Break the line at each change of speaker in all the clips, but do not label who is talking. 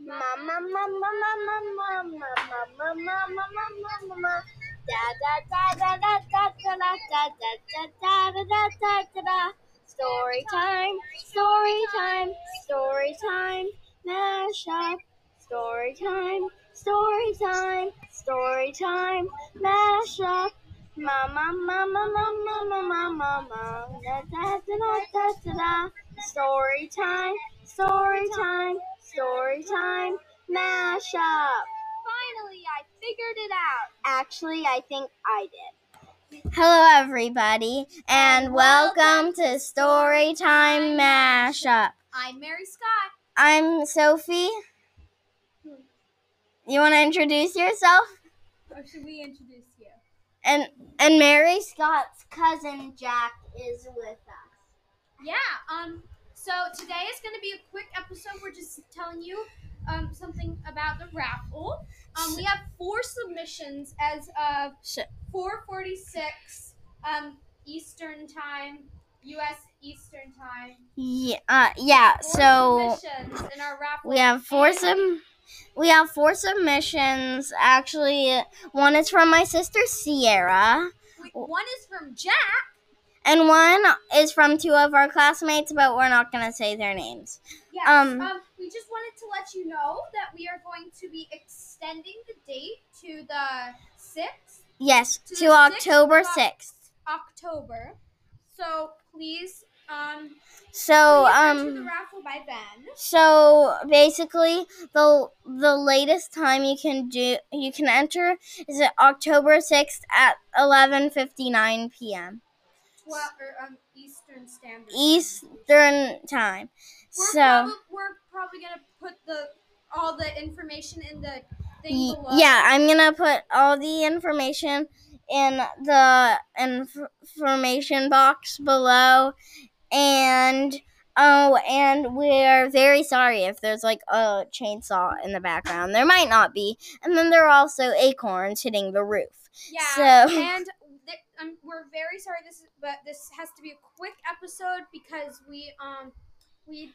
Mama, mama, mama, mama, mama, mama, mama, mama. Da da da da da da da da da da da da da da da da da. Story time, story time, story time. Mash up. Story time, story time, story time. Mash up. Mama, mama, mama, mama, mama. Da da da da da da da. Story time, story time, story time, mashup. Finally, I figured it out. Actually, I think I did. Hello, everybody, and welcome to Story Time Mashup.
I'm Mary Scott.
I'm Sophie. You want to introduce yourself?
Or should we introduce you?
And and Mary Scott's cousin Jack is with us.
Yeah. Um. So today is going to be a quick episode. We're just telling you um something about the raffle. Um, we have four submissions as of
Sh-
4:46 um Eastern time, U.S. Eastern time.
Yeah, uh, yeah.
Four
So
submissions in our raffle.
we have four
and
sub- we have four submissions. Actually, one is from my sister Sierra,
we- One is from Jack.
and one is from two of our classmates, but we're not gonna say their names.
Yes.
Um,
Um, we just wanted to let you know that we are going to be extending the date to the sixth.
Yes,
To
to
the
October
sixth of-
sixth.
October. So please, um,
So
please enter the
um.
raffle by then.
So basically, the the latest time you can do you can enter is at October sixth at eleven fifty nine p.m.
Twelve or um, Eastern Standard. Time.
Eastern time.
We're
So
probably, we're probably gonna put the all the information in the thing
y-
below.
yeah, I'm gonna put all the information in the inf- information box below, and oh, and we're very sorry if there's like a chainsaw in the background. There might not be, and then there are also acorns hitting the roof.
Yeah.
So-
And th- um, we're very sorry. This is, but this has to be a quick episode because we um we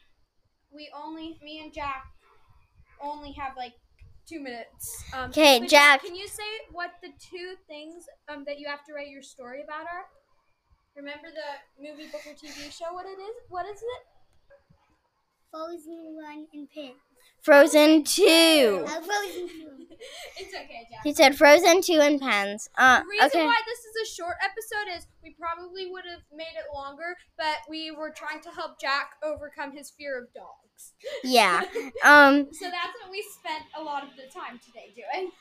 we only me and Jack only have like two minutes. Um,
Okay,
but
Jack.
Can you say what the two things um, that you have to write your story about are? Remember the movie, book, or TV show? What it is? What is it?
Frozen one and pin.
Frozen two.
Uh, frozen two.
It's okay, Jack.
He said Frozen two and pens. Uh,
The reason
okay.
why this is a short episode is we probably would have made it longer, but we were trying to help Jack overcome his fear of dogs.
Yeah. Um.
So that's what we spent a lot of the time today doing.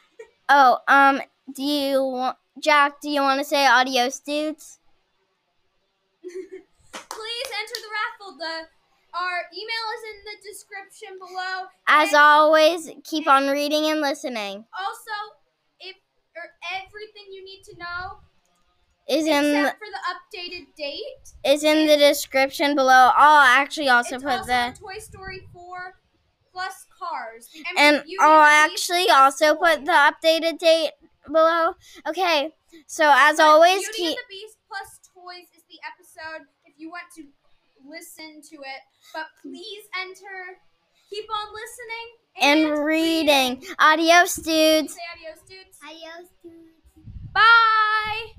Oh. Um. Do you want Jack? Do you want to say adios, dudes?
Please enter the raffle. The our email is in the description below.
As
And-
always, keep on reading and listening.
Also, if or everything you need to know,
Is in
except for the updated date,
is in the description below. I'll actually also
it's
put
also
the
in Toy Story 4 plus Cars. And,
and oh,
you
I'll
need to use
actually also
Toy.
put the updated date below. Okay. So as always,
Beauty
keep
and the Beast plus Toys is the episode. If you want to listen to it, but please enter. Keep on listening
and reading. Adios, dudes.
Say adios, dudes.
Adios, dudes.
Bye.